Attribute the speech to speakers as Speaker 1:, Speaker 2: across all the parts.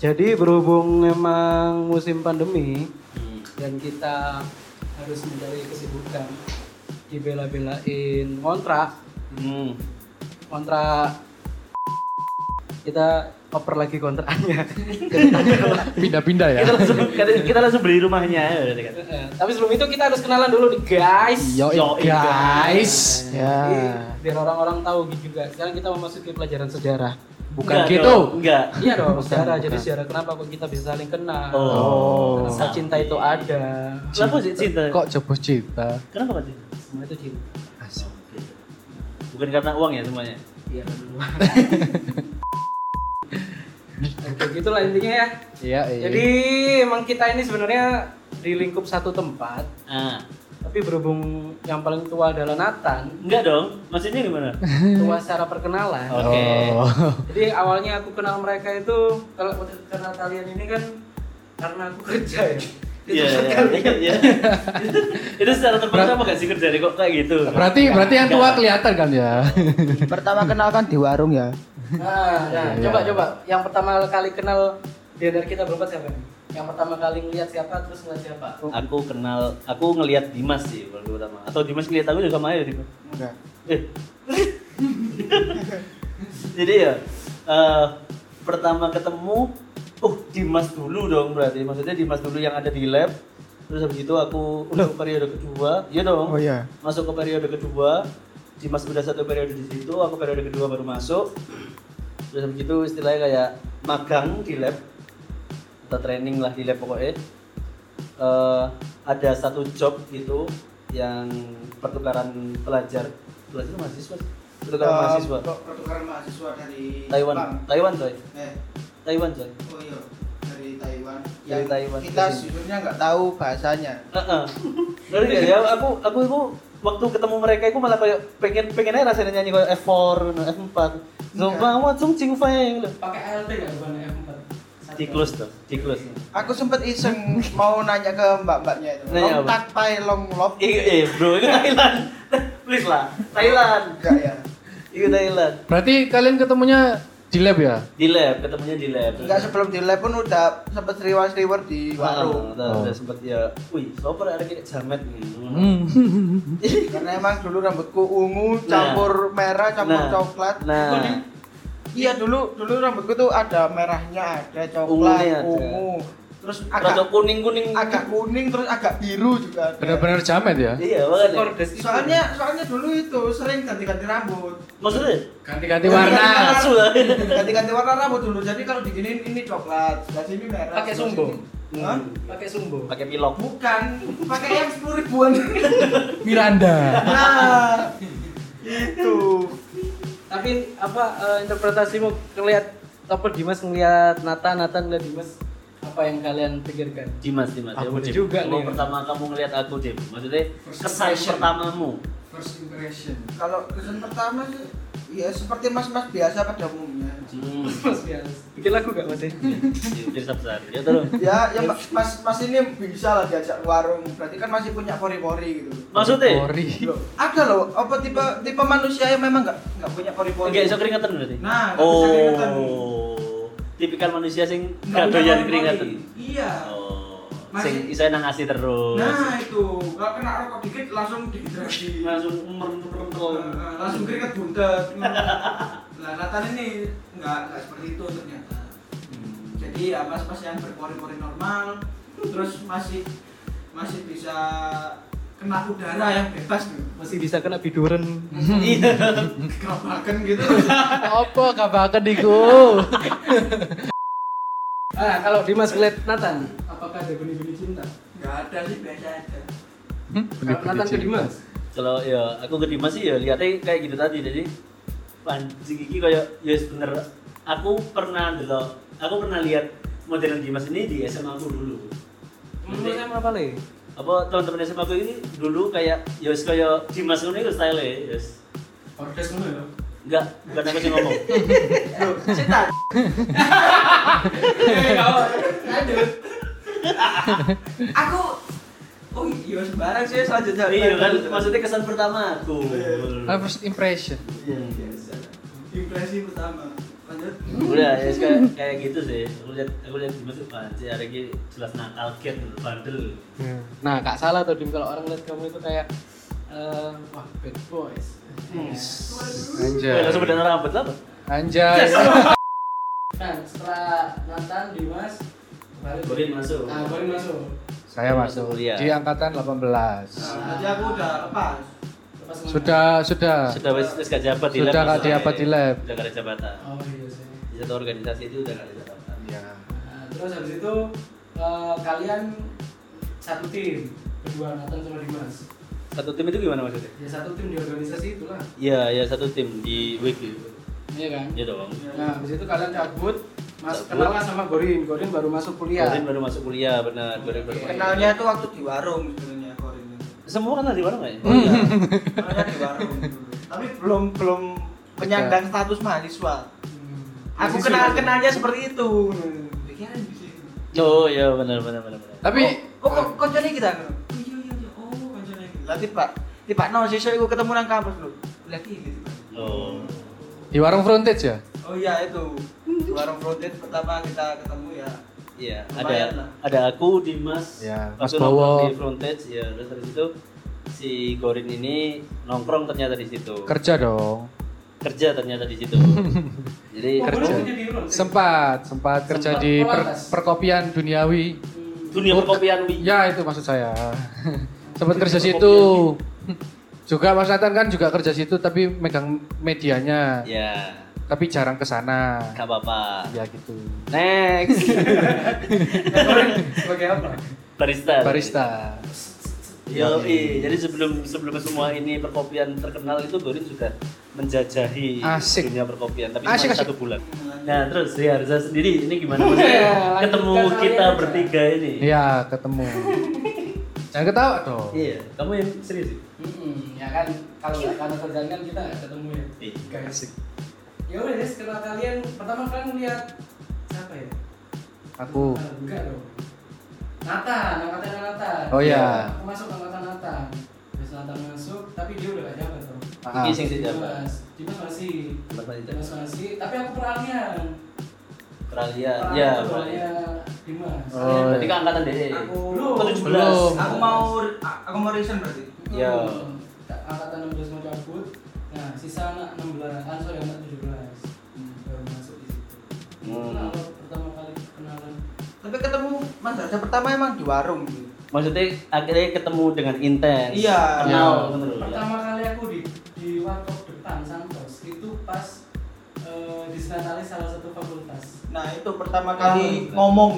Speaker 1: Jadi berhubung memang musim pandemi
Speaker 2: Hmm.
Speaker 1: dan kita harus mencari kesibukan dibela-belain kontrak,
Speaker 3: Hmm.
Speaker 1: kontrak kita oper lagi kontraknya.
Speaker 2: Pindah-pindah ya.
Speaker 3: Kita langsung kita, kita langsung beli rumahnya ya udah dekat.
Speaker 1: Eh, Tapi sebelum itu kita harus kenalan dulu nih guys.
Speaker 2: Yo
Speaker 3: Yoi,
Speaker 2: guys.
Speaker 1: Jadi,
Speaker 2: Ya.
Speaker 1: biar orang-orang tahu gitu juga. Sekarang kita memasuki pelajaran sejarah.
Speaker 2: Bukan
Speaker 3: Enggak
Speaker 2: gitu.
Speaker 3: dong, Enggak.
Speaker 1: Iya dong, sejarah. Jadi
Speaker 2: bukan.
Speaker 1: sejarah kenapa kok kita bisa saling kenal?
Speaker 3: Oh.
Speaker 1: Kenapa cinta itu ada?
Speaker 3: Kenapa sih cinta?
Speaker 2: Kok jebus cinta?
Speaker 3: Kenapa kok cinta?
Speaker 1: Semua itu cinta.
Speaker 3: Bukan karena uang ya semuanya.
Speaker 1: Iya Oke, gitulah intinya ya.
Speaker 2: Iya, iya.
Speaker 1: Jadi emang kita ini sebenarnya di lingkup satu tempat,
Speaker 3: Ah.
Speaker 1: tapi berhubung yang paling tua adalah Nathan,
Speaker 3: Enggak dong. Maksudnya gimana?
Speaker 1: tua secara perkenalan.
Speaker 3: Oh. oke.
Speaker 2: Oh.
Speaker 1: Jadi awalnya aku kenal mereka itu kalau waktu kenal kalian ini kan karena aku kerja ya.
Speaker 3: Iya, iya, iya, iya. Itu secara terpaksa apa gak sih kerja kok kayak gitu?
Speaker 2: Berarti berarti yang tua kelihatan kan ya.
Speaker 4: Pertama kenal kan di warung ya.
Speaker 1: Nah, nah,
Speaker 2: Iya,
Speaker 1: coba
Speaker 2: iya.
Speaker 1: coba yang pertama kali kenal di antara kita berempat siapa nih? Yang pertama kali ngeliat siapa terus ngeliat siapa?
Speaker 2: Oh.
Speaker 3: Aku kenal, aku ngelihat Dimas sih kalau dulu pertama. Atau Dimas ngelihat aku juga sama aja Dimas.
Speaker 4: Enggak.
Speaker 3: Eh. Jadi ya, eh, pertama ketemu, oh Dimas dulu dong berarti. Maksudnya Dimas dulu yang ada di lab. Terus habis itu aku untuk periode kedua, iya dong.
Speaker 4: Oh iya.
Speaker 3: Masuk ke periode kedua, Dimas udah satu periode di situ, aku periode kedua baru masuk. Terus habis itu istilahnya kayak magang di lab atau training lah di lab pokoknya. Eh, ada satu job gitu yang pertukaran pelajar, pelajar mahasiswa, sih? pertukaran
Speaker 4: Eh,
Speaker 3: mahasiswa.
Speaker 5: pertukaran mahasiswa dari
Speaker 3: Taiwan,
Speaker 2: Nah.
Speaker 5: Jepang.
Speaker 3: Taiwan coy,
Speaker 5: Eh,
Speaker 3: Taiwan coy.
Speaker 5: oh iya, dari Taiwan.
Speaker 3: Dari
Speaker 5: Yang
Speaker 3: Taiwan
Speaker 5: Kita
Speaker 3: ke sini.
Speaker 5: sejujurnya nggak tahu bahasanya.
Speaker 3: Heeh. Ngerti gak ya? Aku aku itu waktu ketemu mereka aku malah kayak pengen pengen aja rasanya nyanyi kayak F4, no, F4. Sumpah mau cung cing feng. gitu
Speaker 1: Pakai ALT nggak bukan F4?
Speaker 3: Tiklus tuh, tiklus.
Speaker 5: Aku sempet iseng mau nanya ke mbak-mbaknya itu.
Speaker 3: Nanya
Speaker 5: long
Speaker 3: apa?
Speaker 5: tak pai long love.
Speaker 3: Eh, eh bro, itu Thailand. Eh, Please lah, Thailand.
Speaker 5: Enggak ya.
Speaker 3: Itu Thailand.
Speaker 2: Berarti kalian ketemunya di lab ya?
Speaker 3: Di lab, ketemunya di lab.
Speaker 5: Enggak sebelum di lab pun udah sempet riwar-riwar di warung.
Speaker 3: Nah, udah sempet ya. Wih, sopo ada kayak jamet gitu.
Speaker 5: Karena emang dulu rambutku ungu, campur merah, campur coklat.
Speaker 3: Nah,
Speaker 5: Iya dulu dulu rambutku tuh ada merahnya, ada coklat,
Speaker 3: Ungunya ada.
Speaker 5: ungu. Terus agak
Speaker 3: rada kuning-kuning.
Speaker 5: agak kuning terus agak biru juga. ada.
Speaker 2: Benar-benar jamet ya?
Speaker 3: Iya, banget.
Speaker 1: Skor des itu.
Speaker 5: Soalnya soalnya dulu itu sering ganti-ganti rambut.
Speaker 3: Maksudnya?
Speaker 2: Ganti-ganti warna.
Speaker 3: Asu lah.
Speaker 5: ganti-ganti warna rambut dulu jadi kalau diginiin ini coklat sebelah sini merah
Speaker 1: Pakai
Speaker 5: sebelah
Speaker 1: sumbu?
Speaker 5: sini-
Speaker 3: Hmm.
Speaker 5: Hah?
Speaker 1: pakai sumbu.
Speaker 3: Pakai pilok.
Speaker 5: bukan pakai yang sepuluh ribuan
Speaker 2: Miranda.
Speaker 5: nah itu
Speaker 1: Tapi apa eh, interpretasimu ngelihat apa Dimas ngelihat Nathan, Nathan ngelihat Dimas apa yang kalian pikirkan?
Speaker 3: Dimas, Dimas.
Speaker 1: Ah,
Speaker 3: ya,
Speaker 1: boleh
Speaker 3: Dim.
Speaker 1: juga
Speaker 3: Kalau
Speaker 1: nih.
Speaker 3: pertama kamu ngeliat aku, Dim. Maksudnya
Speaker 5: First
Speaker 3: kesan
Speaker 5: impression.
Speaker 3: pertamamu.
Speaker 5: first impression kalau kesan pertama sih ya seperti mas-mas biasa pada umumnya
Speaker 3: Hmm.
Speaker 1: Mas Bias, bikin lagu gak Mas?
Speaker 3: Jadi besar. Ya terus.
Speaker 5: ya ya Ma- mas mas ini bisa lah diajak ke warung berarti kan masih punya pori-pori gitu
Speaker 3: Maksudnya?
Speaker 2: Ori.
Speaker 5: loh ada loh apa tipe tipe manusia yang memang nggak nggak punya pori-pori
Speaker 3: Enggak iso keringetan berarti.
Speaker 5: Nah, nggak bisa keringetan.
Speaker 3: Oh. Tipikal manusia sing
Speaker 5: Nggak
Speaker 3: gak
Speaker 5: punya
Speaker 3: doyan
Speaker 5: pori-pori.
Speaker 3: keringetan.
Speaker 5: iya
Speaker 3: Oh.
Speaker 5: Masih-
Speaker 3: Sing iso nang asi terus.
Speaker 5: Nah itu, kalau kena rokok dikit langsung dehidrasi.
Speaker 3: langsung merem-merem.
Speaker 5: Eh, langsung keringat buntet. Nah, Nathan ini nggak nggak seperti itu ternyata.
Speaker 3: Hmm.
Speaker 5: Jadi ya mas-mas yang berpori-pori normal, terus masih masih bisa kena udara yang bebas gitu.
Speaker 1: Masih bisa kena biduran.
Speaker 3: Iya.
Speaker 5: Kerabakan gitu.
Speaker 2: Apa kabar diku?
Speaker 1: Ah, kalau Dimas ngelihat Nathan, apakah ada benih-benih cinta?
Speaker 5: Nggak ada sih biasa aja.
Speaker 1: Kalau Nathan ke Dimas?
Speaker 3: Kalau ya aku ke Dimas sih ya lihatnya kayak gitu tadi. Jadi pancing iki kayak ya yes, bener aku pernah delok. Aku pernah lihat model Dimas ini di SMA aku dulu.
Speaker 1: Menurut saya apa nih?
Speaker 3: apa teman-teman SMA aku ini dulu kayak ya wis kayak Dimas ngono iku style ya wis.
Speaker 1: Ordes dulu ya.
Speaker 3: Enggak, bukan aku sih ngomong.
Speaker 5: Loh, Eh, cinta. Lanjut. Aku Oh iya sembarang sih
Speaker 3: kan?
Speaker 5: selanjutnya.
Speaker 3: Iya kan maksudnya kesan pertama aku.
Speaker 2: First impression.
Speaker 3: Iya.
Speaker 5: impresi pertama lanjut
Speaker 3: udah ya kayak kayak gitu sih aku lihat aku lihat Dimas tuh panci hari ini jelas nakal kiat bandel
Speaker 1: Nah, gak salah tuh Dim kalau orang lihat kamu itu kayak eh, wah bad boys. Hmm.
Speaker 3: Eh,
Speaker 2: Anjay.
Speaker 3: Iya, langsung benar rambut lah Pak.
Speaker 2: Anjay.
Speaker 1: Nah, setelah Nathan, Dimas, baru
Speaker 3: Borin masuk
Speaker 1: Nah, Borin masuk.
Speaker 2: Saya
Speaker 3: Masuk
Speaker 2: masuk
Speaker 3: kuliah.
Speaker 2: di angkatan 18.
Speaker 5: nah, berarti aku udah lepas
Speaker 1: Lepas ngelatih.
Speaker 2: Sudah, sudah.
Speaker 3: sudah wes wes gak jabat di lab
Speaker 2: Sudah gak
Speaker 3: maksudnya.
Speaker 2: jabat di lab.
Speaker 3: udah gak ada jabatan
Speaker 1: Oh iya sih.
Speaker 3: di satu organisasi itu udah gak ada jabatan
Speaker 2: Ya.
Speaker 1: Nah, terus habis itu eh, kalian satu tim berdua Nathan sama Dimas
Speaker 3: satu tim itu gimana maksudnya
Speaker 1: ya satu tim di organisasi itulah
Speaker 3: iya ya satu tim di wiki
Speaker 1: iya kan
Speaker 3: ya dong
Speaker 1: nah habis itu kalian cabut mas
Speaker 3: Cabut.
Speaker 1: kenalan sama Gorin Gorin baru masuk kuliah
Speaker 3: Borin baru masuk kuliah benar Borin baru masuk
Speaker 5: kenalnya tuh waktu di warung sebenarnya Korin
Speaker 3: semua kenal di mana nggak ya?
Speaker 2: Hmm.
Speaker 5: kenalnya kan di warung dulu. tapi belum belum penyandang status mahasiswa
Speaker 1: Hmm.
Speaker 5: aku
Speaker 1: Masih
Speaker 5: kenal
Speaker 1: sih.
Speaker 5: kenalnya seperti itu pikiran di sini
Speaker 3: oh iya benar benar benar benar
Speaker 2: Tapi
Speaker 5: oh kok koncone kita kan iya iya iya oh koncone kita lah tiba tiba no siswa aku ketemu nang kampus lu lihat ini tiba
Speaker 3: oh
Speaker 2: di warung frontage ya?
Speaker 5: oh iya itu Di warung frontage pertama kita ketemu ya
Speaker 3: Iya,
Speaker 5: Lumayan lah.
Speaker 3: ada ada aku Dimas,
Speaker 2: Iya,
Speaker 3: waktu
Speaker 2: Mas Bowo.
Speaker 3: nongkrong di frontage ya terus habis itu si Gorin ini nongkrong ternyata di situ.
Speaker 2: Kerja dong.
Speaker 3: kerja ternyata di situ. Jadi
Speaker 1: Oh, Gorin
Speaker 3: kerja.
Speaker 1: kerja di Gorin.
Speaker 2: Sempat, sempat kerja
Speaker 1: Sempat
Speaker 2: di per-
Speaker 1: pelatas.
Speaker 2: perkopian duniawi.
Speaker 1: Hmm.
Speaker 3: Dunia perkopian Wi.
Speaker 2: Ya itu maksud saya. Sempat kerja
Speaker 3: Perkopian.
Speaker 2: situ. Juga Mas Nathan kan juga kerja situ tapi megang medianya.
Speaker 3: Ya,
Speaker 2: Tapi jarang ke sana.
Speaker 3: nggak apa-apa.
Speaker 2: Ya gitu.
Speaker 3: Next,
Speaker 1: Nah, Gorin sebagai apa
Speaker 3: barista.
Speaker 2: Barista.
Speaker 3: Yo, jadi sebelum sebelum semua ini perkopian terkenal itu Gorin sudah menjajahi
Speaker 2: Asik.
Speaker 3: dunia perkopian tapi
Speaker 2: Asik,
Speaker 3: cuma
Speaker 2: asik.
Speaker 3: satu bulan. Nah, terus si Harza sendiri ini gimana maksudnya?
Speaker 1: Iya,
Speaker 3: Ketemu
Speaker 1: lanjutkan
Speaker 3: kita
Speaker 1: kalian aja.
Speaker 3: bertiga ini.
Speaker 2: Iya, ketemu. Jangan ketawa dong.
Speaker 3: Iya, kamu yang serius. sih?
Speaker 1: Hmm, ya kan kalau nggak karena kerjaan kan kita nggak ketemu ya
Speaker 3: Iya.
Speaker 1: guys ya udah guys kenal kalian pertama kalian melihat siapa ya
Speaker 2: Aku.
Speaker 1: Ah, enggak dong Nathan angkatan Nathan
Speaker 2: Oh, iya.
Speaker 1: aku masuk angkatan Nathan terus Nathan masuk tapi dia udah gak jabat dong
Speaker 2: Ah,
Speaker 3: Iya, sing sing jabat.
Speaker 1: Dimas Dimas masih
Speaker 3: Tempat tadi
Speaker 1: Dimas masih tapi aku peralihan Peralihan
Speaker 3: Peralihan. Ya,
Speaker 1: aku
Speaker 3: peralihan.
Speaker 1: peralihan Dimas
Speaker 2: Oh,
Speaker 3: Berarti kan angkatan deh.
Speaker 5: aku
Speaker 1: Belum.
Speaker 3: Aku
Speaker 2: Belum.
Speaker 3: 17.
Speaker 5: aku mau aku mau reason berarti
Speaker 3: Ya.
Speaker 1: Hmm, angkatan 16 mau cabut nah sisa anak 16 ah sorry anak 17 baru masuk di situ
Speaker 3: Hmm.
Speaker 1: Kenal, pertama kali kenalan
Speaker 5: tapi ketemu mas Raja pertama emang di warung gitu
Speaker 3: Maksudnya akhirnya ketemu dengan intens.
Speaker 5: Iya.
Speaker 3: Kenal
Speaker 2: Iya.
Speaker 3: bener loh, ya.
Speaker 1: pertama kali aku di di warkop depan Santos itu pas eh, disnatalis salah satu fakultas
Speaker 5: nah itu pertama kali
Speaker 3: Tahu.
Speaker 5: ngomong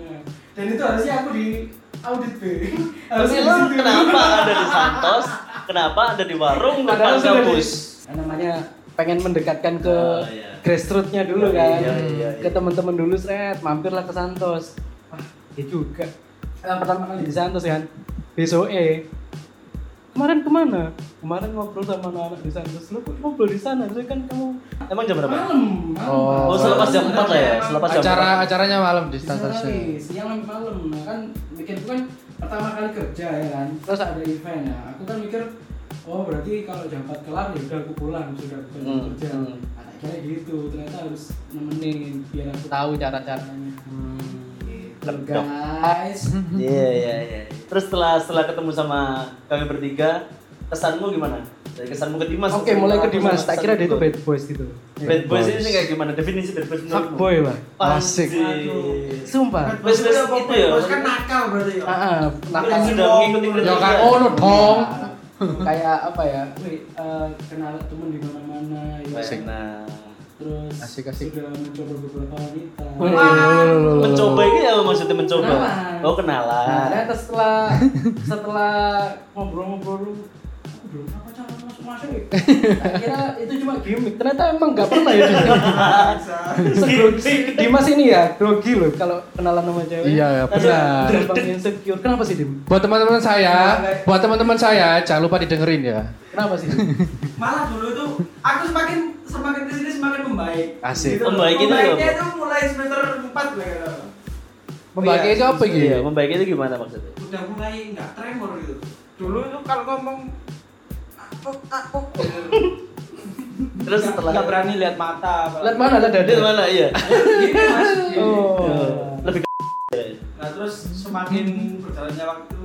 Speaker 1: Hmm. dan itu harusnya aku di audit B harusnya di
Speaker 3: Tapi lo
Speaker 1: situ
Speaker 3: kenapa ada di Santos? Kenapa ada di warung depan
Speaker 1: Padahal sudah di-
Speaker 3: kampus?
Speaker 1: Nah, namanya pengen mendekatkan ke
Speaker 3: Oh, iya.
Speaker 1: grassroots-nya dulu
Speaker 3: Iya,
Speaker 1: kan
Speaker 3: iya, iya, iya.
Speaker 1: ke teman-teman dulu seret mampirlah ke Santos wah ya juga Nah, pertama kali di Santos kan besok eh kemarin kemana kemarin ngobrol sama anak-anak di Santos lu kok ngobrol di sana terus kan kamu
Speaker 3: Emang jam berapa?
Speaker 1: malam
Speaker 2: Oh,
Speaker 3: Oh, selepas jam 4 lah ya. Selepas jam
Speaker 2: Acara acaranya malam di
Speaker 1: Disnatalis,
Speaker 2: Stantarsnya.
Speaker 1: siang sampai malam nah kan bikin kan pertama kali kerja ya kan terus ada event nah aku kan mikir oh berarti kalau jam 4 kelar ya udah aku pulang sudah bukan jam
Speaker 3: Hmm,
Speaker 1: kerja
Speaker 3: hmm.
Speaker 1: Nah, tak kira gitu ternyata harus nemenin biar aku tahu cara caranya gitu
Speaker 3: Lemdok.
Speaker 1: guys
Speaker 3: Iya, iya, iya. Terus setelah setelah ketemu sama kami bertiga, kesanmu gimana? Dari kesanmu ke Dimas.
Speaker 1: oke mulai ke
Speaker 3: Kesanmu
Speaker 1: Dimas
Speaker 3: sama
Speaker 1: tak kira dia itu
Speaker 3: kesanmu.
Speaker 1: bad boys gitu
Speaker 3: Bad boys ini kayak gimana? Definisi bad boys menurutmu?
Speaker 1: fuckboy lah
Speaker 2: Asik.
Speaker 3: Anjir.
Speaker 1: sumpah
Speaker 3: Wes, wes, itu ya.
Speaker 5: Kan Bos kan nakal berarti ya
Speaker 1: Ah, ah,
Speaker 3: Nakal
Speaker 1: nakal
Speaker 3: sudah mengikuti kriteria.
Speaker 2: Ya kan
Speaker 1: oh,
Speaker 2: ono dong.
Speaker 1: Iya. kayak apa ya wih, eh, kenal temen di mana-mana ya.
Speaker 3: Asik. Nah,
Speaker 1: terus
Speaker 2: Asik, asik.
Speaker 1: sudah mencoba beberapa wanita
Speaker 2: Wih, lho, lho, lho.
Speaker 3: mencoba ini apa maksudnya mencoba?
Speaker 1: Kenalan.
Speaker 3: Oh kenalan.
Speaker 1: nah ternyata setelah setelah ngobrol-ngobrol dulu, aku belum apa cara masuk-masuk ya? Tak kira itu cuma gimmick ternyata emang nggak pernah ya Segrogi Dimas ini ya grogi loh kalau kenalan sama cewek
Speaker 2: Iya, ya, benar.
Speaker 1: Gampang insecure kenapa sih Dim?
Speaker 2: Buat teman-teman saya, buat teman-teman saya jangan lupa didengerin ya.
Speaker 1: kenapa sih
Speaker 5: malah dulu tuh aku semakin semakin kesini semakin membaik Gitu.
Speaker 2: Asik.
Speaker 3: Membaik itu
Speaker 5: membaiknya
Speaker 3: apa?
Speaker 5: tuh mulai semester 4 gue kira.
Speaker 2: Membagi itu apa gitu?
Speaker 3: Oh, Iya, membaik itu gimana maksudnya?
Speaker 5: udah mulai nggak tremor gitu dulu tuh kalau ngomong aku aku
Speaker 3: Terus
Speaker 5: Nggak-
Speaker 3: setelah
Speaker 5: nggak berani lihat mata. apalagi.
Speaker 2: Lihat mana, lihat dada.
Speaker 3: Lihat mana iya.
Speaker 5: Gitu, Mas.
Speaker 1: Oh.
Speaker 3: Iya. Lebih ke
Speaker 5: Nah terus semakin berjalannya waktu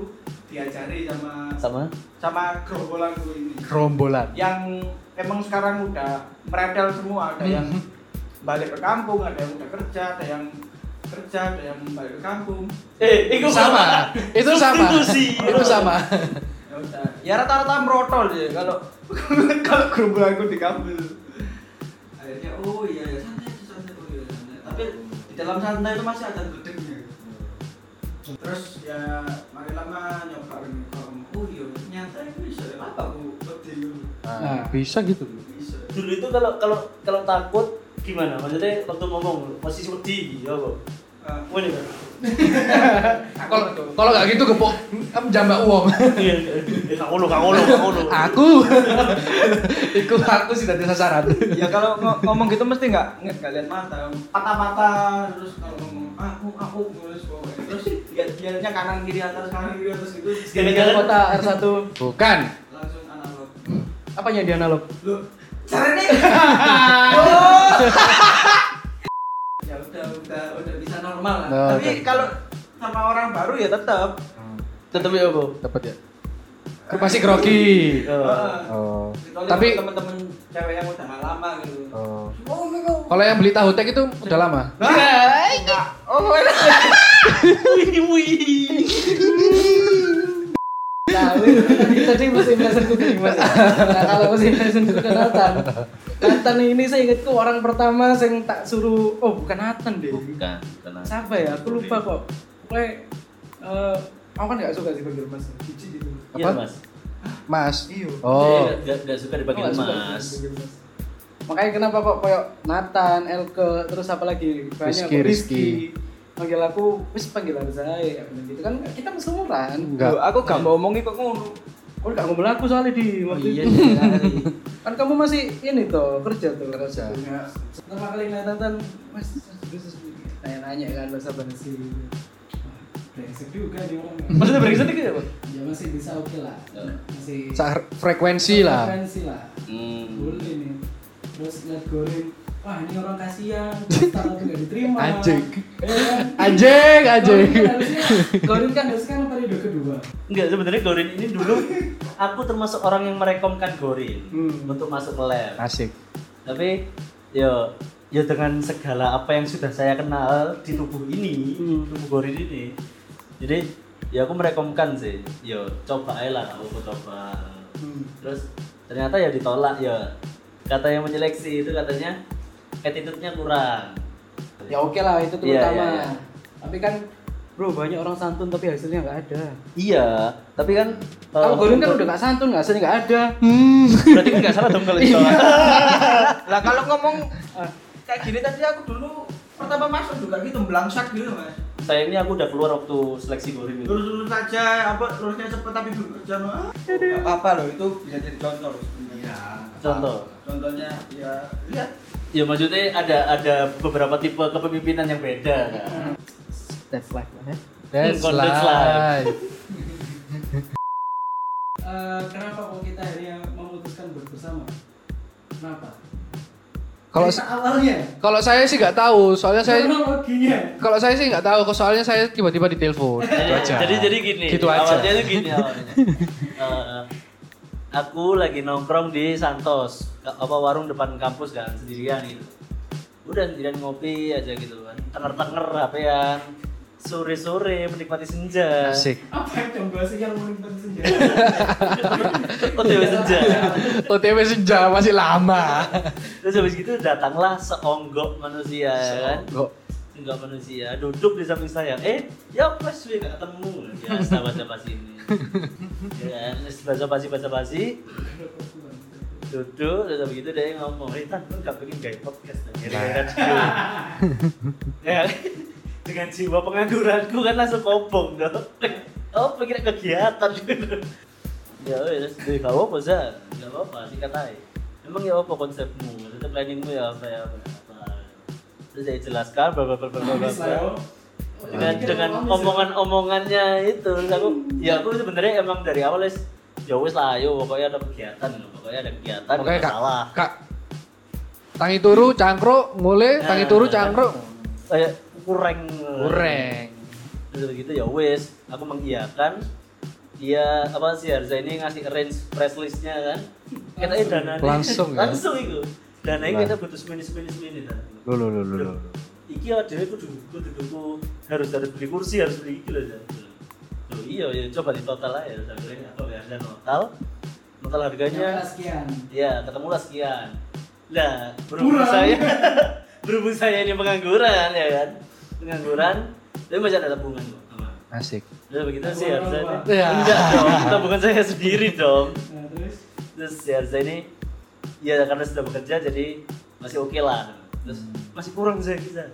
Speaker 5: diajari sama
Speaker 3: sama
Speaker 5: sama gerombolanku ini.
Speaker 2: Rombolan.
Speaker 5: yang emang sekarang udah meretel semua ada yang balik ke kampung ada yang udah kerja ada yang kerja ada yang balik ke kampung
Speaker 3: Eh, itu
Speaker 2: Sama. Itu sama.
Speaker 3: Substitusi.
Speaker 2: Itu sama.
Speaker 5: ya udah ya rata-rata merotol sih kalau kalau gerombolanku di kampung akhirnya oh iya ya santai aja, santai oh iya santai tapi di dalam santai itu masih ada gedengnya terus ya makin lama nyoba nyoba oh iya ternyata ini bisa apa aku betul
Speaker 2: Nah, bisa gitu.
Speaker 5: bisa
Speaker 3: dulu itu kalau kalau kalau takut gimana? Maksudnya waktu ngomong masih seperti ya apa?
Speaker 5: Ah,
Speaker 3: Mau nih, Pak?
Speaker 5: Nah,
Speaker 2: Kalau kalau nggak gitu gepok em, jambak uang.
Speaker 3: Iya. Ah. Eh, Kak Ulu, Kak Ulu, Kak Ulu.
Speaker 2: aku. Iku aku sih dari sasaran.
Speaker 5: ya kalau ngo- ngomong gitu mesti nggak nggak nggak lihat mata patah-patah terus kalau ngomong aku aku terus pokoknya. terus lihat lihatnya kanan kiri atas kanan kiri atas gitu
Speaker 1: Jangan kota R1
Speaker 2: Bukan.
Speaker 5: langsung analog
Speaker 1: apanya di analog?
Speaker 5: lo caranya Oh. ya udah udah udah bisa normal lah
Speaker 2: Nah,
Speaker 5: tapi
Speaker 2: udah.
Speaker 5: kalau sama orang baru ya tetap
Speaker 3: Tetep ya apa? Ya.
Speaker 2: Dapat ya. Pasti grogi.
Speaker 3: Ah.
Speaker 5: Heeh.
Speaker 2: Oh.
Speaker 5: Kecuali
Speaker 2: Tapi-
Speaker 5: kalau temen-temen cewek yang udah nggak lama gitu
Speaker 2: Oh.
Speaker 5: oh enggak kok
Speaker 2: Kalau yang beli tahu tek itu udah lama.
Speaker 4: Oh,
Speaker 1: tahu tadi musim lesson ku gimana nah, kalau musim lesson ku ke kan Nathan Nathan ini saya ingatku orang pertama yang tak suruh oh bukan Nathan deh
Speaker 3: Bukan, karena
Speaker 1: siapa ya aku lupa kok pokoknya eh, aku kan gak suka sih panggil mas Cici gitu
Speaker 3: Iya,
Speaker 2: Apa?
Speaker 3: Mas.
Speaker 2: Mas.
Speaker 1: iyo
Speaker 3: Oh.
Speaker 2: Oh.
Speaker 3: Enggak suka
Speaker 1: Aku
Speaker 3: dipanggil
Speaker 1: nggak suka
Speaker 3: Mas.
Speaker 1: dipanggil Mas. makanya kenapa kok kayak Nathan Elke terus apa lagi banyak
Speaker 2: Rizky,
Speaker 1: kok,
Speaker 2: Rizky.
Speaker 1: panggil aku wis panggilan saya gitu kan kita mesumuran
Speaker 2: Enggak.
Speaker 5: Loh, aku gak mau ngomongin kok ngono
Speaker 1: Kau gak ngomel aku soalnya di waktu
Speaker 5: iya
Speaker 1: itu.
Speaker 5: sekali.
Speaker 1: kan kamu masih ini toh kerja tuh
Speaker 2: Kerja.
Speaker 1: sebelumnya. pertama kali ngeliat Tantan mas terus terus nanya-nanya kan lo sabar sih Wah, brengsek juga dia orang
Speaker 3: Maksudnya brengsek gitu itu apa?
Speaker 1: ya masih bisa oke lah
Speaker 3: Ya.
Speaker 1: masih
Speaker 2: Sa- Frekuensi lah.
Speaker 1: frekuensi lah
Speaker 3: Hmm.
Speaker 1: boleh nih terus ngeliat goreng wah ini orang kasihan Tantan tuh gak diterima
Speaker 2: Anjing.
Speaker 1: ya kan
Speaker 2: Anjing, anjing.
Speaker 1: Goreng kan harusnya goreng kan harusnya kan periode kedua
Speaker 3: Enggak, sebenarnya Gorin ini dulu aku termasuk orang yang merekomkan Gorin
Speaker 1: Hmm.
Speaker 3: untuk masuk ke lab.
Speaker 2: Asik.
Speaker 3: Tapi yo yo dengan segala apa yang sudah saya kenal di tubuh ini,
Speaker 1: Hmm.
Speaker 3: tubuh Gorin ini. Jadi ya aku merekomkan sih. Yo coba aja lah aku coba.
Speaker 1: Hmm.
Speaker 3: Terus ternyata ya ditolak ya. Kata yang menyeleksi itu katanya attitude-nya kurang.
Speaker 1: ya oke lah itu
Speaker 3: Iya,
Speaker 1: terutama
Speaker 3: iya, iya.
Speaker 1: tapi kan bro banyak orang santun tapi hasilnya nggak ada
Speaker 3: Iya, tapi kan
Speaker 1: kalau
Speaker 3: eh,
Speaker 1: goreng kan udah nggak santun nggak hasilnya nggak ada
Speaker 3: berarti nggak salah dong kalau
Speaker 1: Iya.
Speaker 3: ditolak.
Speaker 5: lah kalau ngomong eh, kayak gini tadi aku dulu pertama masuk juga gitu belangsak gitu mas
Speaker 3: Sayangnya aku udah keluar waktu seleksi Gorin itu.
Speaker 5: lurus lurus aja apa lurusnya cepet tapi belum kerja mah nggak apa apa loh itu bisa jadi contoh loh sebenarnya
Speaker 3: Contoh.
Speaker 5: contohnya ya lihat
Speaker 3: Ya maksudnya ada ada beberapa tipe kepemimpinan yang beda. Kan?
Speaker 1: that's life lah ya
Speaker 2: That's
Speaker 3: Hmm, that's
Speaker 2: life.
Speaker 1: Eh, kenapa kok kita akhirnya memutuskan bersama kenapa
Speaker 2: Kalau
Speaker 1: Cerita awalnya
Speaker 2: kalau saya sih nggak tahu, soalnya saya
Speaker 1: kronologinya
Speaker 2: kalau saya sih nggak tahu, kok soalnya saya tiba-tiba ditelepon. Gitu
Speaker 3: Jadi,
Speaker 2: aja.
Speaker 3: jadi jadi gini.
Speaker 2: Gitu aja.
Speaker 3: Awalnya tuh gini awalnya. Eh, aku lagi nongkrong di Santos, ke- apa warung depan kampus kan sendirian gitu. Udah sendirian ngopi aja gitu kan. Tenger-tenger HP-an. Sore-sore menikmati senja.
Speaker 2: Asik.
Speaker 1: apa yang coba sih yang menikmati senja
Speaker 3: OTW senja.
Speaker 2: OTW senja masih lama.
Speaker 3: Terus habis gitu datanglah seonggok manusia ya kan.
Speaker 2: Kok
Speaker 3: Enggak manusia, duduk di samping saya. Eh, ya Mas Wi nggak ketemu. Ya, bahasa basi ini. ya, bahasa basi bahasa basi. Duduk, terus habis itu dia ngomong, eh tan, lu nggak pengen gaya podcast dan gaya radio. ya, dengan jiwa pengangguranku kan langsung kobong dong. Oh, pengen kegiatan gitu. Ya, wes, dari kau apa sih? Gak apa-apa, singkat aja. Emang ya apa konsepmu? Itu planningmu ya apa ya? apa, apa? terus saya jelaskan bla bla bla bla bla, bla, bla.
Speaker 5: ya.
Speaker 3: dengan dengan omongan-omongannya itu terus aku ya aku sebenarnya emang dari awal wis ya wis lah ayo pokoknya ada kegiatan pokoknya ada kegiatan
Speaker 2: Pokoknya
Speaker 3: nggak
Speaker 2: kak,
Speaker 3: salah
Speaker 2: kak tangi turu cangkruk mulai tangi turu
Speaker 3: Nah.
Speaker 2: cangkruk
Speaker 3: kayak kurang
Speaker 2: goreng
Speaker 3: Eh, Terus gitu ya wes aku mengiyakan dia apa sih Harza ini ngasih range press listnya kan kita ini dana
Speaker 2: Langsung ya?
Speaker 3: langsung itu dana ini kita butuh semini semini semini nah.
Speaker 2: lu lu lu lu lu.
Speaker 3: iki ada aku duduk duduk harus harus beli kursi harus beli iki loh Zan. Loh, iya ya coba di total aja saya bilang apa ya dan total total harganya
Speaker 5: sekian
Speaker 3: ya ketemulah sekian nah berhubung
Speaker 5: Murah.
Speaker 3: saya berhubung saya ini pengangguran ya kan pengangguran tapi masih ada tabungan kok aman.
Speaker 2: asik
Speaker 3: Udah begitu
Speaker 5: Tabungan
Speaker 3: sih harusnya
Speaker 5: apa?
Speaker 3: ini.
Speaker 2: Ya.
Speaker 3: Enggak dong, tabungan saya sendiri dong.
Speaker 5: nah terus
Speaker 3: Terus si Arza ini ya karena sudah bekerja jadi masih oke lah. Terus masih kurang saya kita.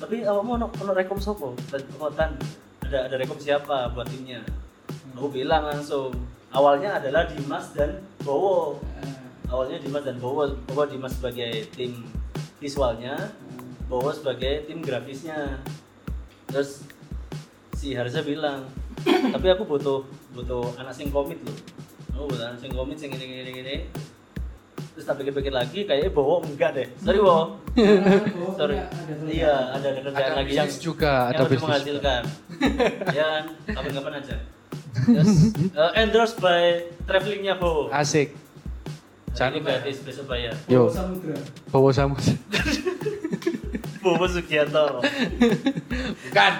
Speaker 3: Tapi awakmu ono ono rekom sopo? Dan kekuatan ada ada rekom siapa buat timnya? Aku bilang langsung. Awalnya adalah Dimas dan Bowo.
Speaker 5: eh,
Speaker 3: Awalnya Dimas dan Bowo, Bowo Dimas sebagai tim visualnya, Bowo sebagai tim grafisnya. Terus si Harza bilang, tapi aku butuh butuh anak sing komit loh. Aku butuh anak sing komit sing ini ini ini. Terus tak pikir-pikir lagi, kayaknya Bowo enggak deh. Sorry Bowo.
Speaker 5: eh,
Speaker 3: Sorry.
Speaker 5: Hmm. ada kerjaan.
Speaker 3: Iya, ada ada kerjaan
Speaker 2: Ada
Speaker 3: lagi yang
Speaker 2: bisnis juga,
Speaker 3: yang
Speaker 2: ada
Speaker 3: lebih
Speaker 2: bisnis
Speaker 3: menghasilkan. ya kan, kapan-kapan aja. Terus eh, endorse by travelingnya Bowo.
Speaker 2: asik
Speaker 3: Hari ini
Speaker 2: Ah, Jangan lupa.
Speaker 3: gratis besok bayar.
Speaker 2: yo
Speaker 5: samudra
Speaker 2: bawa samus
Speaker 3: Bowo Sugianto.
Speaker 2: bukan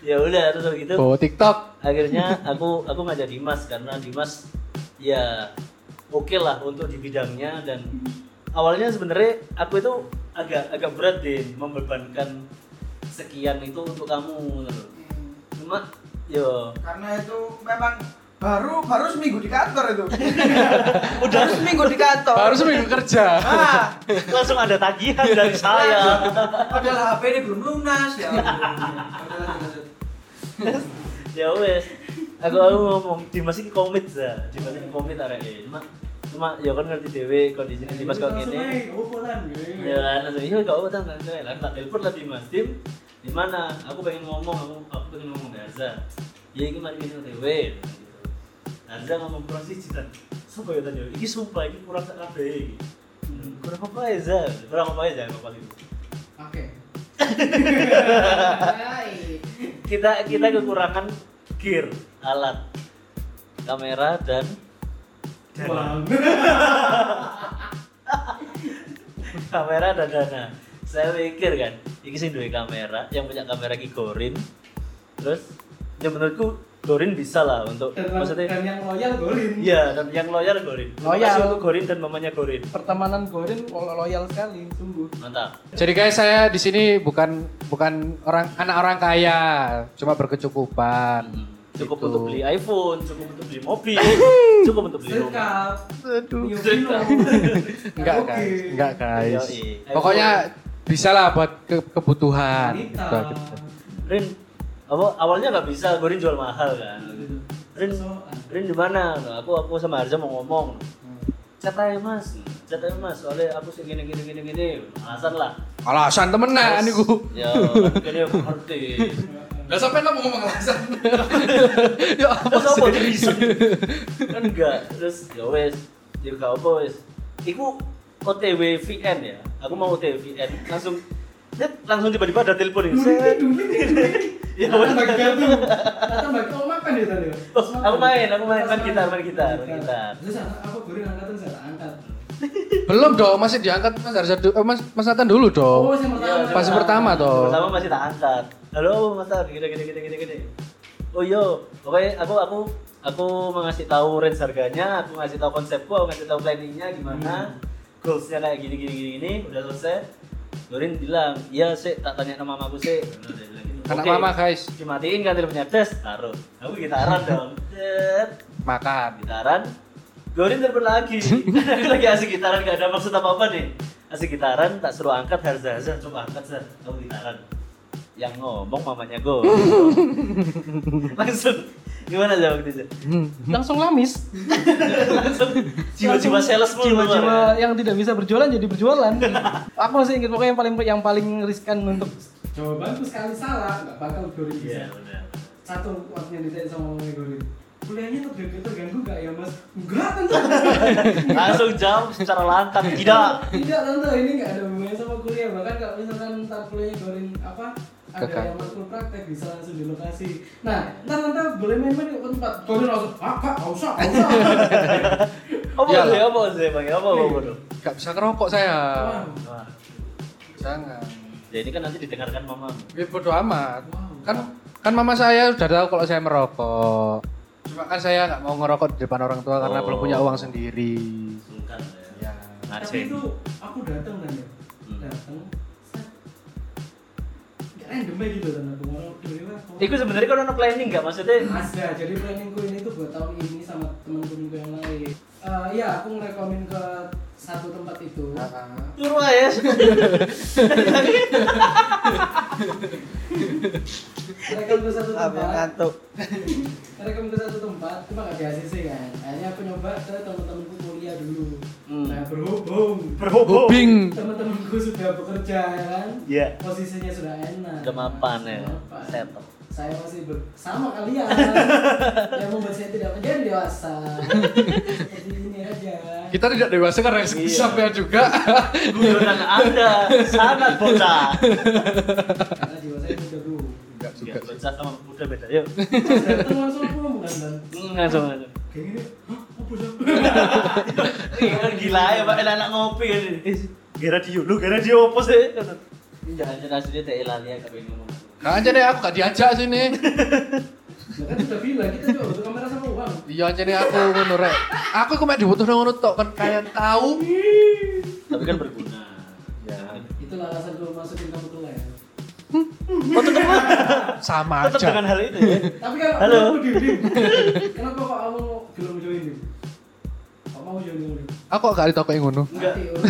Speaker 3: ya udah terus gitu.
Speaker 2: bawa tiktok
Speaker 3: akhirnya aku aku ngajak Dimas karena Dimas ya oke lah untuk di bidangnya dan awalnya sebenarnya aku itu agak agak berat deh membebankan sekian itu untuk kamu gitu.
Speaker 5: Hmm.
Speaker 3: cuma yo
Speaker 5: karena itu memang baru baru seminggu di kantor itu
Speaker 3: udah
Speaker 4: Terus minggu di kantor.
Speaker 2: baru seminggu kerja
Speaker 5: ah
Speaker 3: langsung ada tagihan dari saya
Speaker 5: padahal HP ini belum lunas ya Padahal tidak-
Speaker 3: ya wes aku aku ngomong Dimas ini komit za Dimas ini komit arek cuma cuma ya kan ngerti dewe kondisi Dimas kok
Speaker 5: Langsung
Speaker 3: gini
Speaker 5: aja, obrolan, gitu.
Speaker 3: ya langsung iya gak apa tang tang lah tak telepon lah Dimas Dim di mana aku pengen ngomong aku aku pengen ngomong ke Arza ya ini mari kita TW Arza ngomong kurang sih cita sumpah ya tanya ini sumpah ini kurang tak kabe kurang apa ya Za kurang apa ya Za apa paling
Speaker 5: oke
Speaker 4: Baik.
Speaker 3: kita kita kekurangan gear alat kamera dan dana
Speaker 5: Uang.
Speaker 3: kamera dan dana saya pikir kan ini sih duwe kamera yang punya kamera ki Gorin terus ya menurutku Gorin bisa lah untuk
Speaker 5: dan,
Speaker 3: maksudnya
Speaker 5: dan yang loyal golin
Speaker 3: iya dan yang loyal Gorin Terima
Speaker 1: Loyal.
Speaker 3: kasih untuk Gorin dan mamanya Gorin
Speaker 1: Pertemanan Gorin lo- loyal sekali, sungguh.
Speaker 3: mantap
Speaker 2: jadi guys saya di sini bukan bukan orang anak orang kaya cuma berkecukupan
Speaker 3: cukup
Speaker 2: Gitu.
Speaker 3: untuk beli iPhone cukup untuk beli mobil cukup untuk beli rumah
Speaker 5: Sekap.
Speaker 2: aduh
Speaker 5: New
Speaker 3: Sekap.
Speaker 5: Vino.
Speaker 2: enggak
Speaker 5: Oke.
Speaker 2: guys enggak guys
Speaker 3: Yoi.
Speaker 2: pokoknya bisa lah buat ke- kebutuhan
Speaker 5: Wanita.
Speaker 2: Gitu, gitu.
Speaker 3: Rin apa awalnya nggak bisa Gorin jual mahal kan
Speaker 5: Hmm.
Speaker 3: Rin,
Speaker 5: Sosokan.
Speaker 3: Rin di mana? Nah, Aku aku sama Arja mau ngomong.
Speaker 5: Hmm.
Speaker 3: Chat aja mas, chat aja mas. Soalnya aku sih gini gini gini gini. Alasan lah.
Speaker 2: alasan temenan
Speaker 3: Terus,
Speaker 2: niku
Speaker 3: Ya, ini aku ngerti.
Speaker 2: Lah sampean lah mau ngomong alasan. ya apa
Speaker 3: Terus apa
Speaker 2: sih?
Speaker 3: bisa? Kan enggak. Terus ya wes, ya gak apa wes. Iku OTW VN ya. Aku mau OTW VN langsung set, langsung tiba-tiba ada telepon ini. Set. Ya
Speaker 5: Atau
Speaker 3: wes.
Speaker 5: bagi gadu. Atau bagi kau makan ya tadi.
Speaker 3: Oh, aku main, aku main. Main
Speaker 5: Pas
Speaker 3: gitar, main gitar, main gitar.
Speaker 5: Terus aku baru angkatan saya tak angkat.
Speaker 2: Belum dong, masih diangkat Mas Arsa du- eh, Mas Mas Nathan dulu dong.
Speaker 5: Oh, yang pertama.
Speaker 2: Pas
Speaker 3: yang
Speaker 2: pertama toh.
Speaker 3: Yang Pertama masih tak angkat. Halo, Mas Tar, gini gini gini gini gini. Oh yo, oke aku aku aku mengasih tahu range harganya, aku ngasih tahu konsepku, aku ngasih tahu planningnya gimana,
Speaker 2: Hmm.
Speaker 3: goalsnya kayak gini gini gini gini, udah selesai. Dorin bilang, iya sih, tak tanya sama mamaku sih. Nah, dia bilang gitu.
Speaker 2: Anak
Speaker 3: Oke.
Speaker 2: mama guys,
Speaker 3: Dimatiin kan teleponnya, tes, taruh. Aku gitaran dong, Cet
Speaker 2: makan.
Speaker 3: gitaran Gorin telepon lagi aku lagi asik gitaran gak ada maksud apa apa nih asik gitaran tak suruh angkat Harza Harza coba angkat Harza kamu gitaran yang ngomong mamanya go langsung gimana jawab waktu itu
Speaker 1: Langsung lamis.
Speaker 3: langsung jiwa-jiwa sales mulu ya.
Speaker 1: jiwa-jiwa
Speaker 3: kemarin.
Speaker 1: yang tidak bisa berjualan jadi berjualan. Aku masih ingat pokoknya yang paling yang paling riskan untuk
Speaker 5: Jawabanku sekali salah, nggak bakal gori
Speaker 3: iya
Speaker 5: bisa.
Speaker 3: benar
Speaker 5: Satu waktunya ditanya sama Mami Gori.
Speaker 1: kuliahnya terganggu terganggu nggak ya mas? Enggak tante.
Speaker 3: Langsung jawab secara lantang. Tidak.
Speaker 1: Tidak tante ini nggak ada hubungannya sama kuliah bahkan kalau misalkan ntar kuliahnya goreng apa ada
Speaker 2: Ke
Speaker 1: yang matkul praktek bisa langsung di lokasi. Nah, ntar tante boleh main-main ke tempat. Kalian langsung, ah kak, nggak usah, nggak usah.
Speaker 3: Apa
Speaker 2: Ya.
Speaker 3: sih? Apa sih bang? Apa apa bro?
Speaker 2: Gak bisa ngerokok saya.
Speaker 1: Wah,
Speaker 3: Wah.
Speaker 2: Jangan.
Speaker 3: Ya ini kan nanti didengarkan mama.
Speaker 2: Ya bodo amat.
Speaker 1: Wow.
Speaker 2: Kan kan mama saya sudah tahu kalau saya merokok. Cuma kan saya nggak mau ngerokok di depan orang tua karena
Speaker 3: Oh.
Speaker 2: belum punya uang sendiri.
Speaker 3: Sungkan ya.
Speaker 2: Ya.
Speaker 1: Tapi
Speaker 3: Ngaceng.
Speaker 1: itu aku datang kan ya.
Speaker 3: Hmm.
Speaker 1: Datang. set. Nggak random aja gitu tante. Kemarin tiba-tiba. aku-
Speaker 3: Iku sebenarnya kan ada planning nggak maksudnya?
Speaker 1: Ada, jadi planningku ini tuh buat tahun ini sama temen-temenku yang lain. Eh ya, aku ngerekomen ke satu tempat itu.
Speaker 2: Nah,
Speaker 3: Turwa ya.
Speaker 1: Rekom ke satu tempat.
Speaker 3: ngantuk.
Speaker 1: Rekom ke satu tempat, cuma nggak di ACC kan. Akhirnya aku nyoba ke temen-temenku kuliah dulu.
Speaker 3: Hmm.
Speaker 1: Nah, berhubung
Speaker 2: Bubing.
Speaker 1: temen-temenku sudah bekerja ya kan.
Speaker 3: Iya.
Speaker 1: Posisinya sudah enak.
Speaker 3: Udah mapan ya.
Speaker 1: Sudah mapan.
Speaker 3: Settle.
Speaker 1: Saya masih ber- sama kalian yang membuat saya tidak menjadi dewasa. Seperti ini aja.
Speaker 2: Kita tidak dewasa karena
Speaker 3: Iya.
Speaker 2: sampai juga.
Speaker 3: Guyonan Anda sangat bocah.
Speaker 1: Karena jiwa saya muda dulu.
Speaker 2: Enggak
Speaker 3: Iya,
Speaker 2: juga. sih.
Speaker 3: Bocah sama muda beda. Yuk.
Speaker 1: Terus datang langsung aku ngomong kan dan
Speaker 3: Hmm, Langsung langsung.
Speaker 1: kayak gini, hah apa dong?
Speaker 3: Kan gila ya pak enak ngopi kan ini. Eh, Gara di lu, gara di opo sih? Ini jangan-jangan aslinya tak elani ya kabin ngomong.
Speaker 2: Nah, aja deh aku gak diajak
Speaker 1: Nah
Speaker 2: sini.
Speaker 1: kan sudah bilang kita juga butuh kamera sama uang.
Speaker 2: Iya aja deh aku ngono rek. Aku kok mek dibutuhno ngono tok kan kalian tahu.
Speaker 3: Tapi kan berguna. Ya.
Speaker 1: Itulah alasan gue masukin kamu ke lab.
Speaker 2: Sama
Speaker 3: Tetap dengan
Speaker 2: aja.
Speaker 3: hal itu ya.
Speaker 1: Tapi kalau
Speaker 3: Halo.
Speaker 1: kamu di dim, kenapa kok kamu belum join dim? Kok mau join kamu dim?
Speaker 2: Aku kok gak ditokoki ngono.
Speaker 3: Enggak.
Speaker 1: Nanti urusan.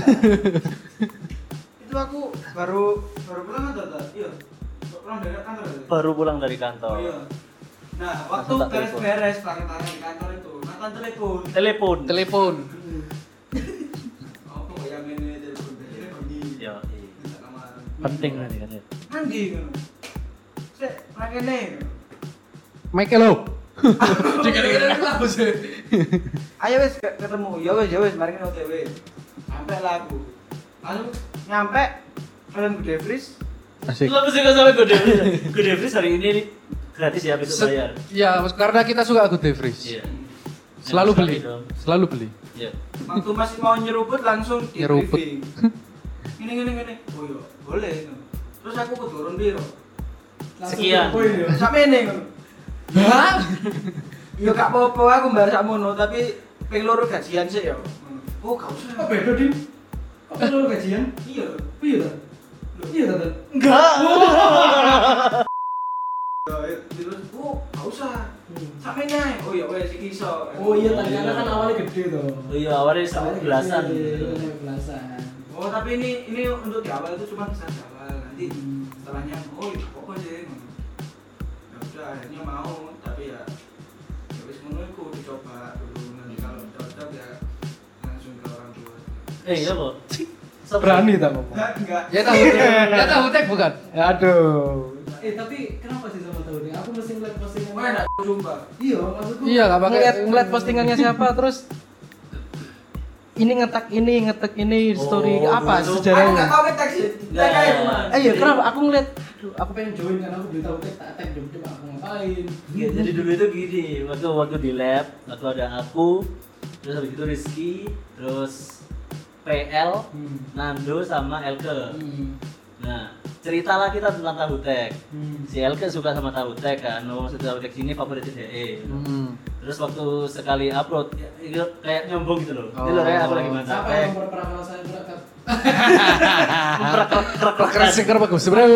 Speaker 5: Itu aku baru baru pulang kan Tata? Iya.
Speaker 1: Orang dari kantor ya?
Speaker 3: Baru pulang dari
Speaker 5: Oh iya.
Speaker 3: kantor.
Speaker 5: Nah, waktu
Speaker 3: Langsung tak telepon.
Speaker 5: beres-beres paketannya di kantor itu, Nathan telepon.
Speaker 3: Telepon.
Speaker 2: Telepon.
Speaker 5: Apa kok yang ini telepon? Dia pergi.
Speaker 3: Iya.
Speaker 5: Minta kamar.
Speaker 3: Penting nanti kan ya.
Speaker 5: Mandi kan. Sik, makene.
Speaker 2: Mike lo. Dengar-dengar aku sih.
Speaker 5: Ayo wis ke- ketemu. Ya wis, ya wis, mari kita OTW. Sampai lah aku. Lalu nyampe kalian Gede Fris
Speaker 2: Asik.
Speaker 3: Lo mesti nggak sampai gede Fris. Gede Fris hari ini nih, gratis ya besok
Speaker 2: Se-
Speaker 3: bayar.
Speaker 2: Ya, mas- karena kita suka Good Day Freeze.
Speaker 3: Iya.
Speaker 2: Selalu
Speaker 3: Enak
Speaker 2: beli.
Speaker 3: sekali dong.
Speaker 2: Selalu beli.
Speaker 3: Iya.
Speaker 5: waktu masih mau nyeruput langsung di
Speaker 2: Nyeruput.
Speaker 5: briefing. Gini gini gini. Oh iya, boleh. Terus aku keturun biro.
Speaker 1: Langsung
Speaker 3: Sekian.
Speaker 1: ke poin ya.
Speaker 5: Sampai ini kan. Ya gak apa-apa aku mbak sakmono tapi ping loro gajian sih ya. Oh gak
Speaker 1: Kok
Speaker 5: usah.
Speaker 1: beda dim? Kok kan lo gajian?
Speaker 5: Iya.
Speaker 1: Iya kan? Iya tante.
Speaker 3: Enggak.
Speaker 5: Ya, Terus oh gak usah.
Speaker 1: Hmm.
Speaker 5: Sampai naik. Oh ya wes iki iso.
Speaker 1: Oh iya tante
Speaker 3: Iya.
Speaker 1: karena kan awalnya gede tuh.
Speaker 3: Oh Iya, awalnya
Speaker 1: Awalnya
Speaker 3: sampai belasan. gitu.
Speaker 1: gede, sampai belasan.
Speaker 5: Oh tapi ini ini untuk di awal itu cuma kesan di awal. Nanti
Speaker 1: Hmm.
Speaker 5: setelahnya oh itu pokok sih. Ya udah akhirnya mau tapi ya ya wis ngono iku dicoba dulu nanti kalau cocok ya langsung ke orang tua.
Speaker 3: Eh, iya kok.
Speaker 6: Berani tak ngomong?
Speaker 5: Enggak enggak.
Speaker 2: Ya tahu tek. Ya tahu tek bukan?
Speaker 6: Aduh.
Speaker 1: Eh tapi kenapa sih sama tahun ini? Aku mesti ngeliat postingan.
Speaker 5: Wah enggak sumpah.
Speaker 1: Iya, maksudku.
Speaker 2: Iya, nggak pakai.
Speaker 6: Ngeliat, ngeliat postingannya siapa terus ini ngetak ini ngetek ini story
Speaker 3: Oh,
Speaker 6: apa
Speaker 3: dulu
Speaker 1: kan?
Speaker 3: tuh.
Speaker 5: Aku enggak
Speaker 6: sejarahnya?
Speaker 5: tahu ke teks. ya. Enggak kayak gimana.
Speaker 6: Eh iya kenapa aku ngeliat
Speaker 1: Aduh, aku pengen join karena aku belum tahu tek tak tag dong coba aku ngapain. Hmm.
Speaker 3: Iya, jadi dulu itu gini, waktu waktu di lab, waktu ada aku, terus habis itu Rizky, terus PL,
Speaker 1: Hmm.
Speaker 3: Nando sama Elke.
Speaker 1: Hmm.
Speaker 3: Nah, ceritalah kita tentang tahu tek.
Speaker 1: Hmm.
Speaker 3: Si Elke suka sama tahu tek kan, mau tahu tek sini favorit DE.
Speaker 2: Hmm.
Speaker 3: Terus waktu sekali upload, ya, itu kayak nyombong gitu loh.
Speaker 2: Oh.
Speaker 3: Ini loh ya, aku lagi main tahu
Speaker 1: Siapa
Speaker 3: tek.
Speaker 1: yang pernah kalau saya berangkat
Speaker 2: Keren sih keren bagus bro.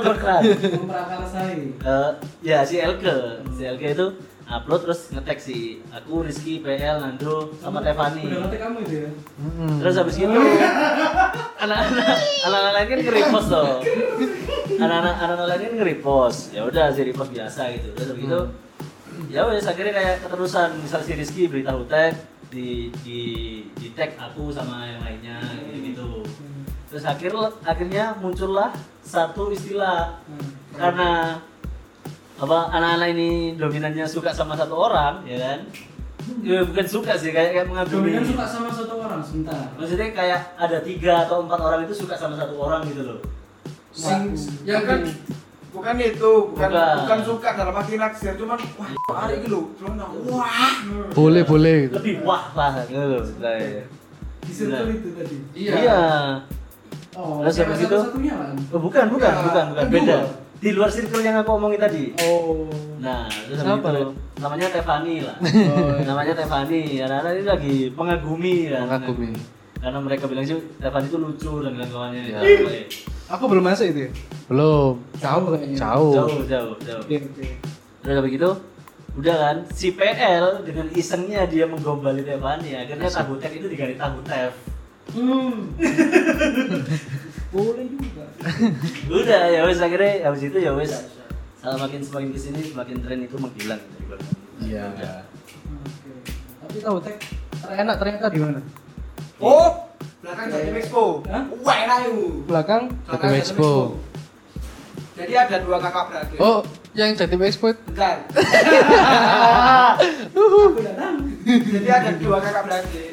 Speaker 3: Memperakar.
Speaker 1: memprakarsai?
Speaker 3: Eh, ya si Elke, si Elke itu upload terus ngetek si aku Rizky, PL, Nando sama Tevani.
Speaker 1: Udah ngetek kamu itu ya?
Speaker 2: hmm.
Speaker 3: Terus habis itu anak-anak anak-anak lain kan nge-repost tuh. Anak-anak anak-anak lain kan nge-repost. Ya udah si repost biasa gitu. Terus habis itu ya wes akhirnya kayak keterusan misal si Rizky beritahu tag di di di tag aku sama yang lainnya gitu-gitu.
Speaker 1: Hmm.
Speaker 3: Terus akhir akhirnya muncullah satu istilah
Speaker 1: Hmm.
Speaker 3: karena apa anak-anak ini dominannya suka sama satu orang ya kan ya, bukan suka sih kayak, kayak mengagumi
Speaker 1: Dominan suka sama satu orang sebentar.
Speaker 3: maksudnya kayak ada tiga atau empat orang itu suka sama satu orang gitu loh
Speaker 5: Sing,
Speaker 1: Wah.
Speaker 5: ya kan bukan itu, bukan
Speaker 3: Bukan.
Speaker 5: bukan, Iya. suka dalam arti naksir, cuman wah hari ini lu, cuman wah
Speaker 2: Boleh, boleh gitu.
Speaker 3: lebih wah lah gitu loh istilahnya.
Speaker 1: Di circle itu tadi.
Speaker 5: iya,
Speaker 3: iya
Speaker 1: Oh,
Speaker 3: Terus
Speaker 1: cewek
Speaker 3: habis itu?
Speaker 1: satu-satunya lah.
Speaker 3: Oh, bukan bukan
Speaker 1: Iya.
Speaker 5: Ya,
Speaker 3: bukan bukan
Speaker 5: kedua.
Speaker 3: beda di luar circle yang aku omongin tadi
Speaker 1: Oh.
Speaker 3: Nah, terus
Speaker 2: Siapa, Oh, iya.
Speaker 3: habis itu namanya Tefani lah. namanya Tefani. Anak-anak ini lagi mengagumi kan.
Speaker 2: Mengagumi.
Speaker 3: Karena mereka bilang sih Tefani itu lucu dan kawan-kawannya.
Speaker 2: Ya.
Speaker 3: Ih,
Speaker 1: Aku belum masuk itu ya.
Speaker 2: Belum.
Speaker 1: Jauh kayaknya.
Speaker 2: Jauh.
Speaker 3: Jauh, jauh, jauh.
Speaker 1: Oke, Iya, oke.
Speaker 3: Terus habis itu udah kan si PL dengan isengnya dia menggombali Tefani akhirnya tahu tef itu diganti tahu tef
Speaker 1: Hmm. Boleh juga.
Speaker 3: udah ya wes akhirnya habis itu ya wes Salah makin semakin kesini semakin tren itu menghilang dari golongan.
Speaker 2: Iya.
Speaker 3: Udah.
Speaker 1: Oke. Tapi tahu tek terenak ternyata di mana?
Speaker 5: oh belakang jadi expo,
Speaker 1: Hah?
Speaker 5: wah enak ya, itu.
Speaker 1: Belakang.
Speaker 5: Belakang
Speaker 2: Jatim
Speaker 5: Jatim
Speaker 2: Expo.
Speaker 5: Jadi ada dua kakak beradik.
Speaker 2: Oh, yang jadi Expo
Speaker 5: Bentar. Aku datang. Jadi ada dua kakak beradik.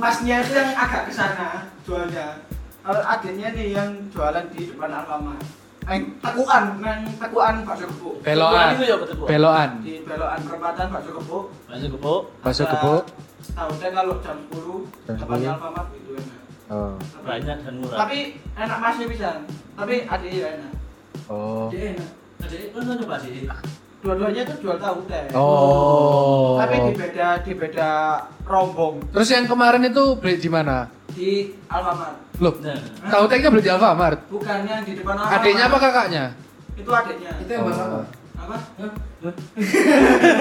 Speaker 5: Masnya itu yang agak kesana jualnya. Kalau adiknya nih yang jualan di depan alamat. Yang tekuan, yang tekuan bakso kebo.
Speaker 3: Kebuan
Speaker 2: beloan.
Speaker 3: itu ya betul.
Speaker 2: Beloan.
Speaker 5: Di belokan perempatan bakso kebo.
Speaker 3: Masuk kepo.
Speaker 2: Bakso
Speaker 5: ada
Speaker 2: kebo.
Speaker 5: Tahu deh kalau jam 10
Speaker 2: Jam
Speaker 5: depan
Speaker 2: 10.
Speaker 5: alamat itu enak.
Speaker 2: Oh.
Speaker 3: Banyak dan murah.
Speaker 5: Tapi enak masnya bisa. Tapi adiknya enak.
Speaker 2: Oh.
Speaker 5: Dia enak.
Speaker 3: Adik, kan nyoba sih.
Speaker 5: Dua-duanya tuh jual tahu teh.
Speaker 2: Oh.
Speaker 5: Tapi di beda di beda rombong
Speaker 2: Terus yang kemarin itu beli di mana?
Speaker 5: di Alfamart.
Speaker 2: Loh,
Speaker 3: Nah,
Speaker 2: tahu teknya beli di Alfamart.
Speaker 5: Bukan yang di depan Alfamart.
Speaker 2: Adiknya apa kakaknya?
Speaker 5: Itu adiknya.
Speaker 7: Itu yang bahasa apa?
Speaker 2: Oh.
Speaker 5: Apa?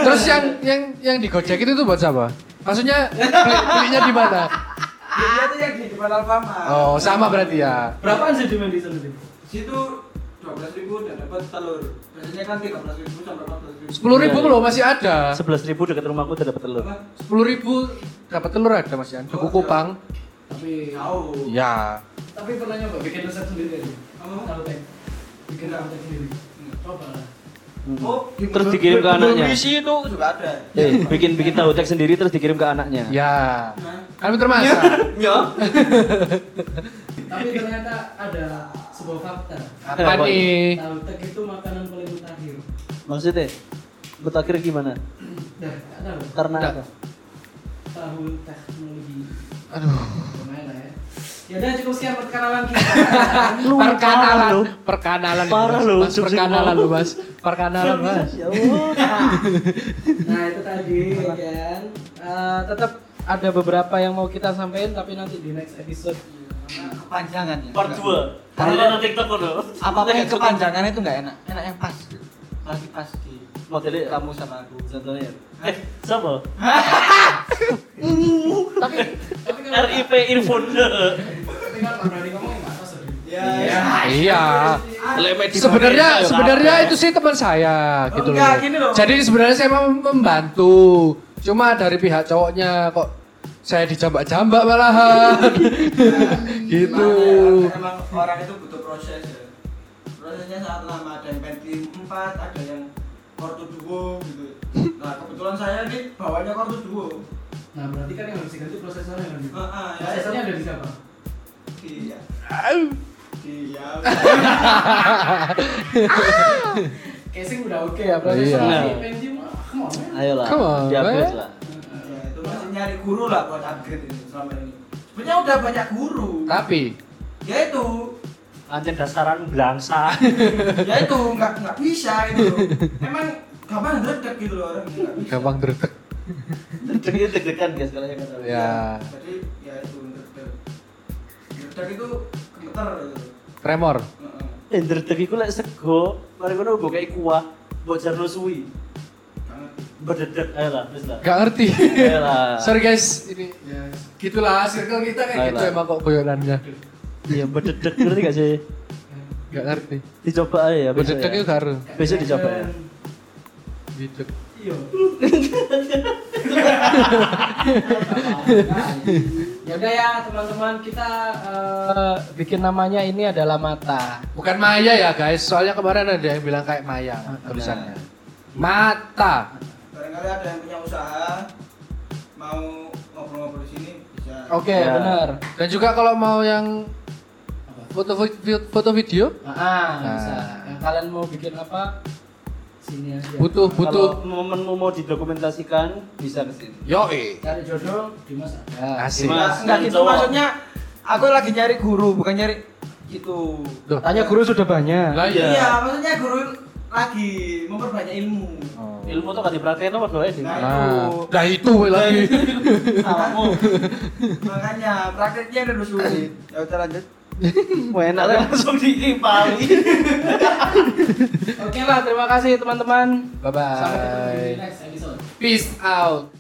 Speaker 2: Terus yang yang yang di Gojek itu tuh buat siapa? Maksudnya beli, belinya di mana?
Speaker 5: Dia tuh yang di depan Alfamart.
Speaker 2: Oh, sama berarti ya.
Speaker 1: Berapaan sih di di sana Dik?
Speaker 5: Situ 12.000 udah dapat telur. Biasanya kan 13.000 sampai 14.000.
Speaker 2: Sepuluh ribu belum masih ada.
Speaker 3: sebelas ribu dekat rumahku udah dapat telur.
Speaker 5: Apa?
Speaker 2: Sepuluh ribu dapat telur ada Mas Yan. Duku kupang.
Speaker 1: Tapi
Speaker 5: Jauh.
Speaker 2: Ya.
Speaker 1: tapi pernah nyoba bikin resep sendiri aja.
Speaker 5: Apa?
Speaker 1: Tahu tek. Bikin tahu tek sendiri. Coba lah.
Speaker 5: Oh, di-
Speaker 3: Hmm. Terus dikirim ke anaknya.
Speaker 5: Nutrisi itu juga ada.
Speaker 3: Eh, bikin bikin tahu tek sendiri terus dikirim ke anaknya.
Speaker 2: Ya.
Speaker 5: Nah,
Speaker 2: Kami
Speaker 3: Iya.
Speaker 2: termasuk.
Speaker 5: ya.
Speaker 1: Tapi ternyata ada sebuah fakta.
Speaker 2: Apa
Speaker 3: Apa?
Speaker 2: nih?
Speaker 1: Tahu tek itu makanan paling mutakhir.
Speaker 3: Maksudnya, gue akhir gimana?
Speaker 1: Dah, nggak tahu.
Speaker 3: Karena
Speaker 2: Nggak.
Speaker 3: apa?
Speaker 1: Tahu teknologi.
Speaker 2: Aduh.
Speaker 1: Lumayan lah ya. Ya udah cukup sekian perkenalan kita.
Speaker 3: Lu
Speaker 2: Perkanalan,
Speaker 3: lu.
Speaker 2: perkanalan, ini,
Speaker 3: Parah
Speaker 2: Mas.
Speaker 3: lu,
Speaker 2: Mas, perkanalan lu mas, perkanalan mas.
Speaker 3: Ya Allah.
Speaker 2: iya.
Speaker 1: Nah itu tadi ya kan. Eh, tetap ada beberapa yang mau kita sampaikan tapi nanti di next episode.
Speaker 7: kepanjangan ya.
Speaker 3: Part
Speaker 7: Nggak-
Speaker 3: 2. Karena TikTok lo.
Speaker 7: Apapun yang kepanjangan itu nggak enak. Enak yang pas. Lagi pas di
Speaker 3: Modelnya kamu
Speaker 7: kamu sama aku.
Speaker 3: contohnya. Eh, siapa?
Speaker 1: Tapi kan
Speaker 3: RIP Irfan.
Speaker 1: tapi kan nggak berani ngomong nggak apa sih.
Speaker 2: Iya. Sebenarnya sebenarnya itu sih teman saya
Speaker 5: Oh,
Speaker 2: gitu loh.
Speaker 5: enggak, gini loh.
Speaker 2: Jadi sebenarnya saya mau membantu. Cuma dari pihak cowoknya kok saya dijambak-jambak malahan. gitu.
Speaker 5: Emang ya, kan orang itu butuh proses ya. Prosesnya sangat lama. Ada yang Pentium 4, ada yang Corto Duo gitu. Nah kebetulan saya nih bawanya Corto Duo.
Speaker 1: Nah berarti kan yang harus diganti prosesornya kan.
Speaker 5: Ah, ah, ya,
Speaker 1: Prosesornya ada di siapa?
Speaker 5: Iya. Iya.
Speaker 1: Casing udah oke ya prosesor.
Speaker 2: Iya.
Speaker 1: Iya. Pentium, ah, come on, man.
Speaker 3: Ayolah,
Speaker 2: Come on,
Speaker 3: diupgrade
Speaker 2: man.
Speaker 3: lah.
Speaker 5: Ya, itu masih nyari guru lah buat upgrade ini selama ini. Sebenarnya udah banyak guru.
Speaker 2: Tapi
Speaker 5: Ya itu,
Speaker 3: Anjir dasaran belangsa.
Speaker 5: ya itu nggak nggak bisa itu. Emang gampang ngedek gitu loh orang nggak bisa.
Speaker 2: gampang derdek.
Speaker 3: Deg-degan deg-degan guys kalau yang kata.
Speaker 2: Ya,
Speaker 5: Jadi ya itu ngedek. Ngedek itu gemeter gitu.
Speaker 2: tremor.
Speaker 5: Heeh.
Speaker 3: Eh, deg-deg iku lek sego, mari ngono gue kayak kuah, buat jarno suwi.
Speaker 5: Banget.
Speaker 3: Berdedek, ayolah, wis lah.
Speaker 2: Gak ngerti.
Speaker 3: Iya. Ayolah.
Speaker 2: Sorry guys, ini
Speaker 5: Ya.
Speaker 2: gitulah circle kita kayak gitu
Speaker 3: Ayolah.
Speaker 2: emang kok guyonannya.
Speaker 3: Iya, berdedek ngerti gak sih?
Speaker 2: Gak ngerti.
Speaker 3: Dicoba aja ya. besok ya.
Speaker 2: Berdek itu Gitu. harus.
Speaker 3: Besok dicoba ya.
Speaker 2: Bidek.
Speaker 1: Iya. ya udah ya teman-teman kita eh, bikin namanya ini adalah mata.
Speaker 2: Bukan Maya ya guys, soalnya kemarin ada yang bilang kayak Maya tulisannya. mata.
Speaker 5: barangkali ada yang punya usaha mau ngobrol-ngobrol di sini bisa
Speaker 1: Oke,
Speaker 3: Ya.
Speaker 1: benar.
Speaker 2: Dan juga kalau mau yang foto vi- foto video
Speaker 1: Ah, ah,
Speaker 2: Nah.
Speaker 1: bisa. Yang kalian mau bikin apa? Sini aja.
Speaker 2: butuh butuh
Speaker 3: Kalau momenmu mau didokumentasikan bisa ke sini.
Speaker 2: yoi.
Speaker 1: Cari jodoh, Dimas ada.
Speaker 2: Asik.
Speaker 3: Mas,
Speaker 5: Enggak
Speaker 3: dan
Speaker 5: gitu
Speaker 3: cowok.
Speaker 5: maksudnya aku lagi nyari guru bukan nyari gitu.
Speaker 2: Loh,
Speaker 1: Tanya guru sudah banyak.
Speaker 2: Lah
Speaker 3: Iya.
Speaker 5: Iya, maksudnya guru lagi memperbanyak ilmu.
Speaker 3: Ilmu tuh gak diperhatiin apa doa ya, sih.
Speaker 5: Nah.
Speaker 2: Nah, dah itu woy, lagi.
Speaker 3: Kamu
Speaker 5: Makanya prakteknya udah dulu. Ya udah lanjut.
Speaker 1: Mau enak
Speaker 3: Kalian
Speaker 1: kan?
Speaker 3: langsung diimpali.
Speaker 1: Oke lah, terima kasih teman-teman.
Speaker 2: Bye bye.
Speaker 1: next episode.
Speaker 2: Peace out.